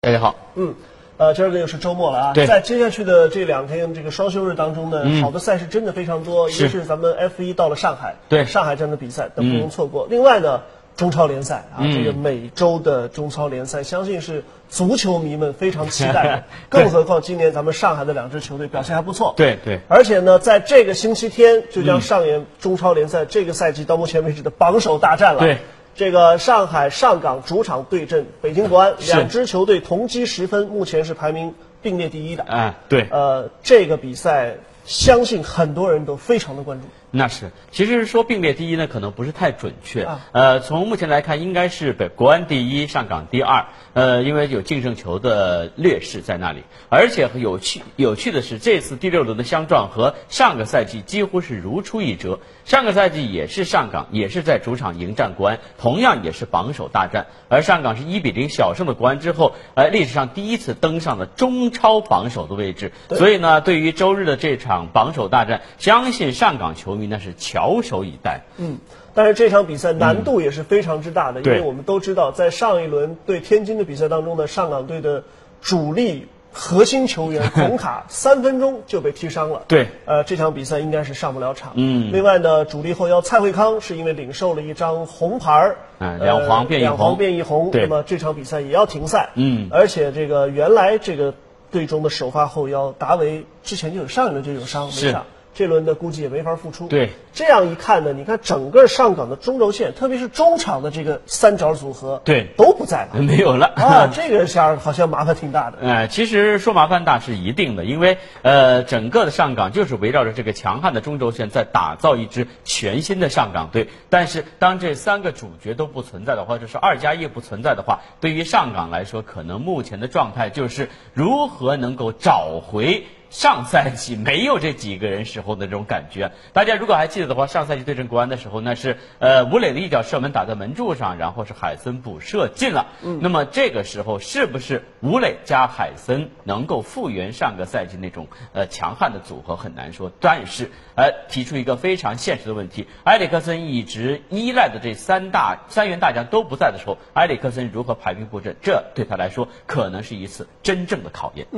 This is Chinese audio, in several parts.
大家好，嗯，呃，接着呢又是周末了啊。对嗯在接下去的这两天这个双休日当中呢，好的赛事真的非常多。一个是是咱们 F 1到了上海，对。上海站的比赛，等不容错过。另外呢，中超联赛啊，这个每周的中超联赛，相信是足球迷们非常期待的 更何况今年咱们上海的两支球队表现还不错。对对嗯而且呢，在这个星期天就将上演中超联赛这个赛季到目前为止的榜首大战了。对。这个上海上港主场对阵北京国安，是两支球队同积十分，目前是排名并列第一的。哎，对，呃，这个比赛相信很多人都非常的关注。那是，其实说并列第一呢，可能不是太准确。啊呃，从目前来看，应该是北国安第一，上港第二。呃，因为有净胜球的劣势在那里，而且有趣有趣的是，这次第六轮的相撞和上个赛季几乎是如出一辙。上个赛季也是上港，也是在主场迎战国安，同样也是榜首大战。而上港是一比零小胜了国安之后，呃，历史上第一次登上了中超榜首的位置。所以呢，对于周日的这场榜首大战，相信上港球迷那是翘首以待。嗯，但是这场比赛难度也是非常之大的，嗯因对为我们都知道，在上一轮对天津的比赛当中呢，上港队的主力核心 球员孔卡三分钟就被踢伤了。对呃，这场比赛应该是上不了场。嗯另外呢，主力后腰蔡慧康是因为领受了一张红牌儿，嗯两呃黄变一两红黄变一红，对那么这场比赛也要停赛。嗯而且这个原来这个队中的首发后腰达维之前就有上一轮就有伤是没上，这轮呢估计也没法复出。对，这样一看呢，你看整个上港的中轴线，特别是中场的这个三角组合，对嗯都不在了没有了啊，这个下好像麻烦挺大的。呃，其实说麻烦大是一定的，因为呃，整个的上港就是围绕着这个强悍的中轴线在打造一支全新的上港队。但是当这三个主角都不存在的话，就是二加一不存在的话，对于上港来说，可能目前的状态就是如何能够找回。上赛季没有这几个人时候的那种感觉，大家如果还记得的话，上赛季对阵国安的时候，那是呃吴磊的一脚射门打在门柱上，然后是海森补射进了。那么这个时候是不是吴磊加海森能够复原上个赛季那种呃强悍的组合很难说，但是呃提出一个非常现实的问题，埃里克森一直依赖的这三大三员大将都不在的时候，埃里克森如何排兵布阵，这对他来说可能是一次真正的考验。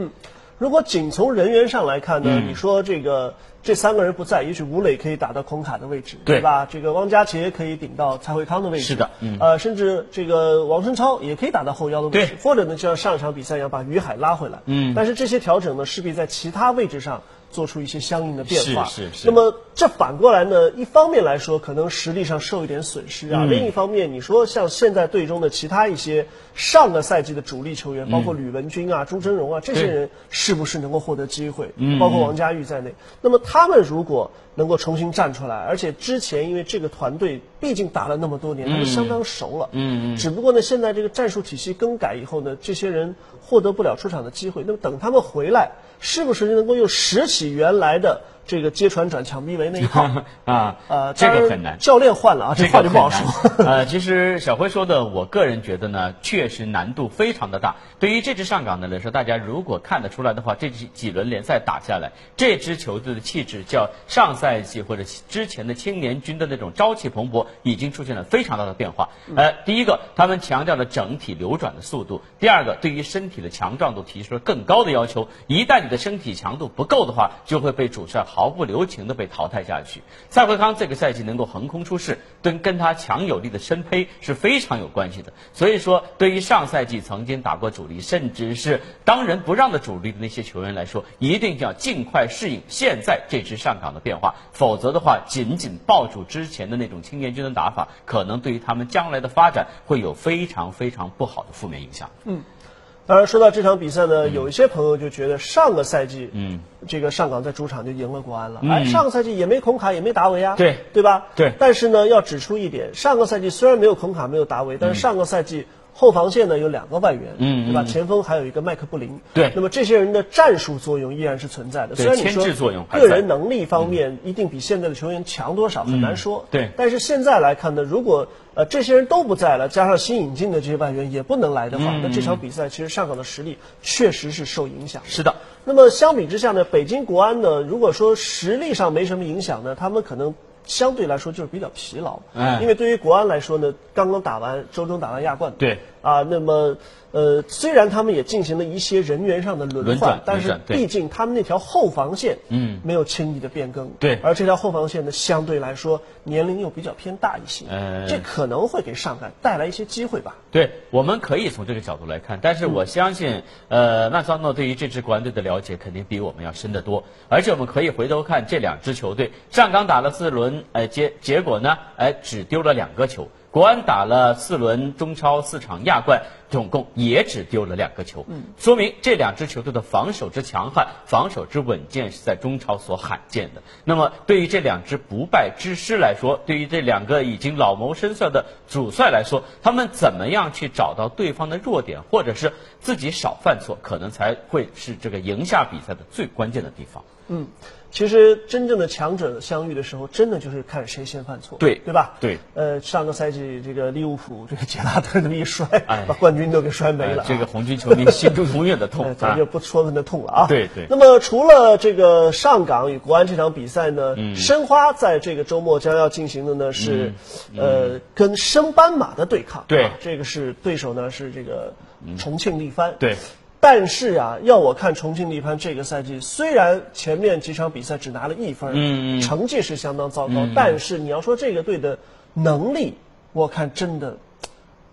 如果仅从人员上来看呢，嗯你说这个这三个人不在，也许吴磊可以打到孔卡的位置，对吧？这个汪佳杰可以顶到蔡慧康的位置，是的嗯呃，甚至这个王申超也可以打到后腰的位置对，或者呢，就像上一场比赛一样把于海拉回来，嗯，但是这些调整呢，势必在其他位置上做出一些相应的变化，是是是那么这反过来呢，一方面来说，可能实力上受一点损失嗯啊，另一方面，你说像现在队中的其他一些上个赛季的主力球员，包括吕文君啊、朱峥嵘啊这些嗯对嗯人。人是不是能够获得机会，包括王佳玉在内。那么他们如果能够重新站出来，而且之前因为这个团队毕竟打了那么多嗯年，他们相当熟了。嗯，只不过呢，现在这个战术体系更改以后呢，这些人获得不了出场的机会。那么等他们回来，是不是能够又拾起原来的这个接传转墙逼围那一套？ 啊 呃，这当个然很难。教练换了啊，这这话个就不好很说难。 呃，其实小辉说的，我个人觉得呢，确实难度非常的大。对于这支上港的来说，大家如果看得出来的话，这几几轮联赛打下来，这支球队的气质，叫上赛季或者之前的青年军的那种朝气蓬勃，已经出现了非常大的变化。呃，第一个，他们强调了整体流转的速度；第二个，对于身体的强壮度提出了更高的要求。一旦你的身体强度不够的话，就会被主帅毫不留情的被淘汰下去。蔡慧康这个赛季能够横空出世，跟跟他强有力的身胚是非常有关系的。所以说，对于上赛季曾经打过主力，甚至是当仁不让的主力的那些球员来说，一定要尽快适应现在这支上港的变化，否则的话，紧紧抱住之前的那种青年军的打法，可能对于他们将来的发展会有非常非常不好的负面影响。当然，说到这场比赛呢，有一些朋友就觉得上个赛季，嗯，这个上港在主场就赢了国安了，哎，上个赛季也没孔卡，也没达维啊，嗯对对吧？对但是呢，要指出一点，上个赛季虽然没有孔卡，没有达嗯维，但是上个赛季后防线呢有两个外援，嗯，对吧？前锋还有一个麦克布林，对那么这些人的战术作用依然是存在的，对虽然你牵说制作用还在个人能力方面一定比现在的球员强多少很难说，对但是现在来看呢，如果呃这些人都不在了，加上新引进的这些外援也不能来的话，那这场比赛其实上港的实力确实是受影响。是的。那么相比之下呢，北京国安呢，如果说实力上没什么影响呢，他们可能相对来说就是比较疲劳。哎因为对于国安来说呢，刚刚打完周中打完亚冠，对啊，那么呃，虽然他们也进行了一些人员上的轮轮转换，但轮是转对毕竟他们那条后防线，嗯，没有轻易的变更，对而这条后防线呢，相对来说年龄又比较偏大一些，呃这可能会给上海带来一些机会吧。对，我们可以从这个角度来看，但是我相信，呃，曼桑诺对于这支国安队的了解肯定比我们要深得多。而且我们可以回头看这两支球队，上港打了四轮，呃，结结果呢，哎、只丢了两个球。国安打了四轮中超四场亚冠，总共也只丢了两个球，说明这两支球队的防守之强悍、防守之稳健是在中超所罕见的。那么，对于这两支不败之师来说，对于这两个已经老谋深算的主帅来说，他们怎么样去找到对方的弱点，或者是自己少犯错，可能才会是这个赢下比赛的最关键的地方。嗯，其实真正的强者相遇的时候，真的就是看谁先犯错，对对吧？对。呃，上个赛季这个利物浦这个杰拉德这么一摔，哎把冠军都给摔没呃了啊、这个红军球迷心中永远的痛 哎，咱啊就不戳他的痛了啊。对对那么除了这个上港与国安这场比赛呢，嗯申花在这个周末将要进行的呢是，呃，跟升班马的对抗。嗯对嗯啊这个是对手呢是这个重庆力帆。对。但是啊，要我看重庆力帆这个赛季，虽然前面几场比赛只拿了一分，嗯嗯嗯成绩是相当糟糕，但是你要说这个队的能力，我看真的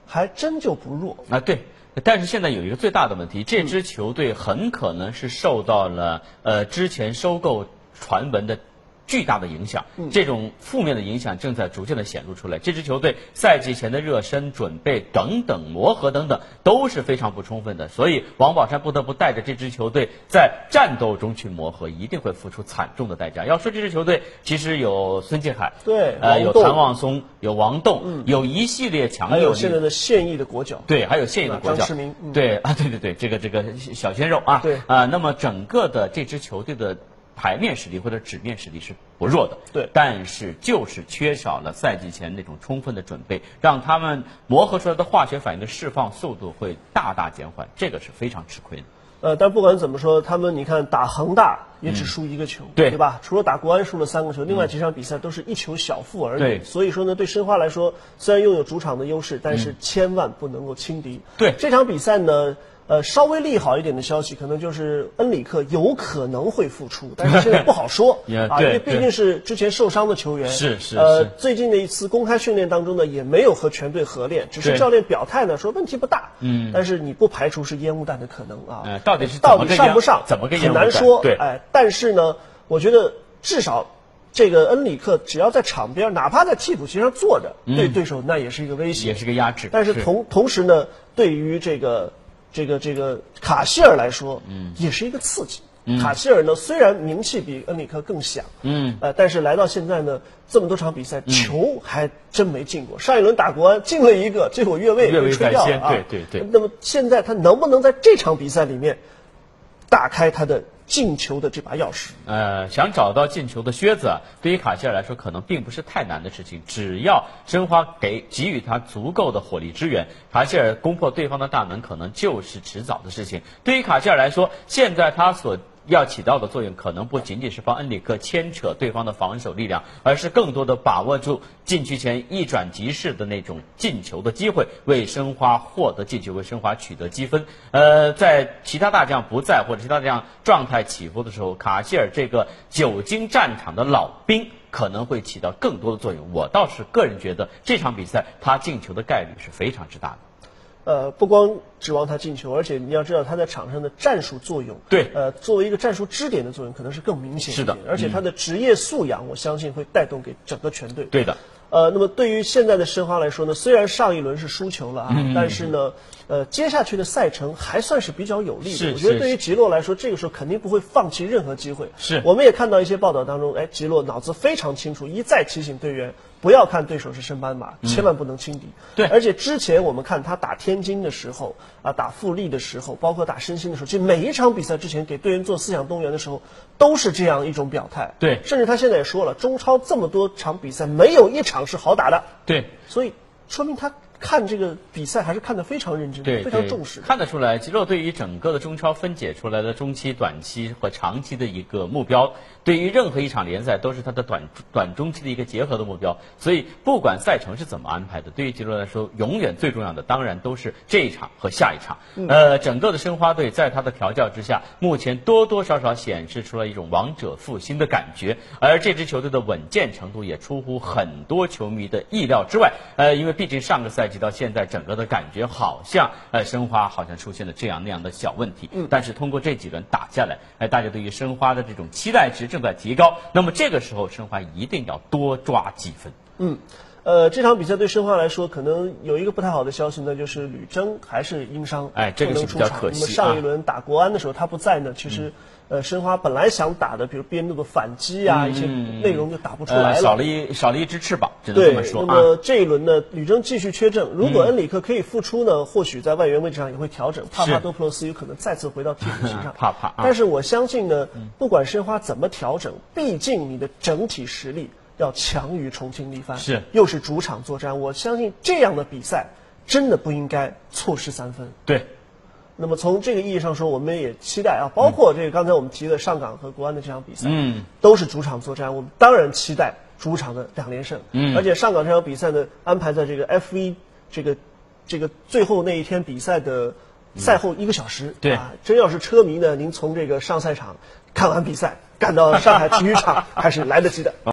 还真就不弱。啊，对。但是现在有一个最大的问题，这支球队很可能是受到了呃之前收购传闻的巨大的影响，嗯这种负面的影响正在逐渐的显露出来。这支球队赛季前的热身准备等等磨合等等都是非常不充分的，所以王宝山不得不带着这支球队在战斗中去磨合，一定会付出惨重的代价。要说这支球队，其实有孙继海，对呃，有王栋嗯谭望松，有王栋，有一系列强还有有力现在的现役的国脚，对，还有现役的啊国张脚，世明嗯对啊，对对对，这个这个小鲜肉啊，对啊、那么整个的这支球队的牌面实力或者纸面实力是不弱的，对但是就是缺少了赛季前那种充分的准备，让他们磨合出来的化学反应的释放速度会大大减缓，这个是非常吃亏的。呃，但不管怎么说，他们你看打恒大也只输一个球，嗯对嗯对吧？除了打国安输了三个球，另外几场比赛都是一球小负而已。对所以说呢，对申花来说，虽然拥有主场的优势，但是千万不能够轻敌。嗯对这场比赛呢。呃，稍微利好一点的消息，可能就是恩里克有可能会复出，但是现在不好说 也啊，因对为毕竟是之前受伤的球员。是是呃是，最近的一次公开训练当中呢，也没有和全队合练，只对是教练表态呢说问题不大。嗯，但是你不排除是烟雾弹的可能啊。呃到底是怎么到个底上不烟上，怎么个烟雾很弹难说。对哎，但是呢，我觉得至少这个恩里克只要在场边，哪怕在替补席上坐着，对对手那也是一个威嗯胁，也是个压制但是是同同时呢，对于这个这个这个卡希尔来说，嗯，也是一个刺激。卡希尔呢，虽然名气比恩里克更响，嗯，呃，但是来到现在呢，这么多场比赛，球还真没进过。上一轮打国安进了一个，结果越 位越位被吹掉在先了啊。对对对那么现在他能不能在这场比赛里面打开他的进球的这把钥匙？呃，想找到进球的靴子啊，对于卡希尔来说可能并不是太难的事情，只要申花给给予他足够的火力支援，卡希尔攻破对方的大门可能就是迟早的事情。对于卡希尔来说，现在他所要起到的作用，可能不仅仅是帮恩里克牵扯对方的防守力量，而是更多的把握住禁区前一转即逝的那种进球的机会，为申花获得进球，为申花取得积分。呃，在其他大将不在或者其他大将状态起伏的时候，卡希尔这个久经战场的老兵可能会起到更多的作用。我倒是个人觉得这场比赛他进球的概率是非常之大的。呃，不光指望他进球，而且你要知道他在场上的战术作用，对呃，作为一个战术支点的作用，可能是更明显一点是的而且他的职业素养，我相信会带动给整个全队。对的。呃，那么对于现在的申花来说呢，虽然上一轮是输球了啊，嗯但是呢，呃，接下去的赛程还算是比较有利的。是我觉是得对于吉洛来说，这个时候肯定不会放弃任何机会。是我们也看到一些报道当中，哎，吉洛脑子非常清楚，一再提醒队员不要看对手是升班马，千万不能轻敌。嗯对而且之前我们看他打天津的时候，啊，打富力的时候，包括打申鑫的时候，就每一场比赛之前给队员做思想动员的时候，都是这样一种表态。对甚至他现在也说了，中超这么多场比赛，没有一场是好打的，对，所以说明他看这个比赛还是看得非常认真，对，非常对重视的。看得出来，肌肉对于整个的中超分解出来的中期、短期和长期的一个目标，对于任何一场联赛都是它的短短中期的一个结合的目标。所以，不管赛程是怎么安排的，对于肌肉来说，永远最重要的当然都是这一场和下一场。嗯呃，整个的申花队在他的调教之下，目前多多少少显示出了一种王者复兴的感觉，而这支球队的稳健程度也出乎很多球迷的意料之外。呃，因为毕竟上个赛季到现在，整个的感觉好像呃申花好像出现了这样那样的小问题，嗯，但是通过这几轮打下来，哎、大家对于申花的这种期待值正在提高。那么这个时候，申花一定要多抓几分。嗯，呃，这场比赛对申花来说，可能有一个不太好的消息呢，就是吕征还是因伤，哎这个不是能比出较场。可惜啊那么上一轮打国安的时候他不在呢，其实，呃，申花本来想打的，比如边路的反击啊，一些内容就打不出嗯呃，来了。少了一少了一只翅膀，只能对，这么说那啊。么这一轮呢，吕征继续缺阵，如果恩里克可以复出嗯。呢，或许在外援位置上也会调整，帕帕多普罗斯有可能再次回到替补席上帕帕啊嗯但是我相信呢，不管申花怎么调整，毕竟你的整体实力要强于重庆力帆，是又是主场作战，我相信这样的比赛真的不应该错失三分。对，那么从这个意义上说，我们也期待啊，包括这个刚才我们提的上港和国安的这场比赛，嗯，都是主场作战，我们当然期待主场的两连胜，嗯，而且上港这场比赛呢，安排在这个 F 一这个这个最后那一天比赛的赛后一个小时，嗯对啊，真要是车 迷呢，您从这个上赛场看完比赛，赶到上海体育场还是来得及的。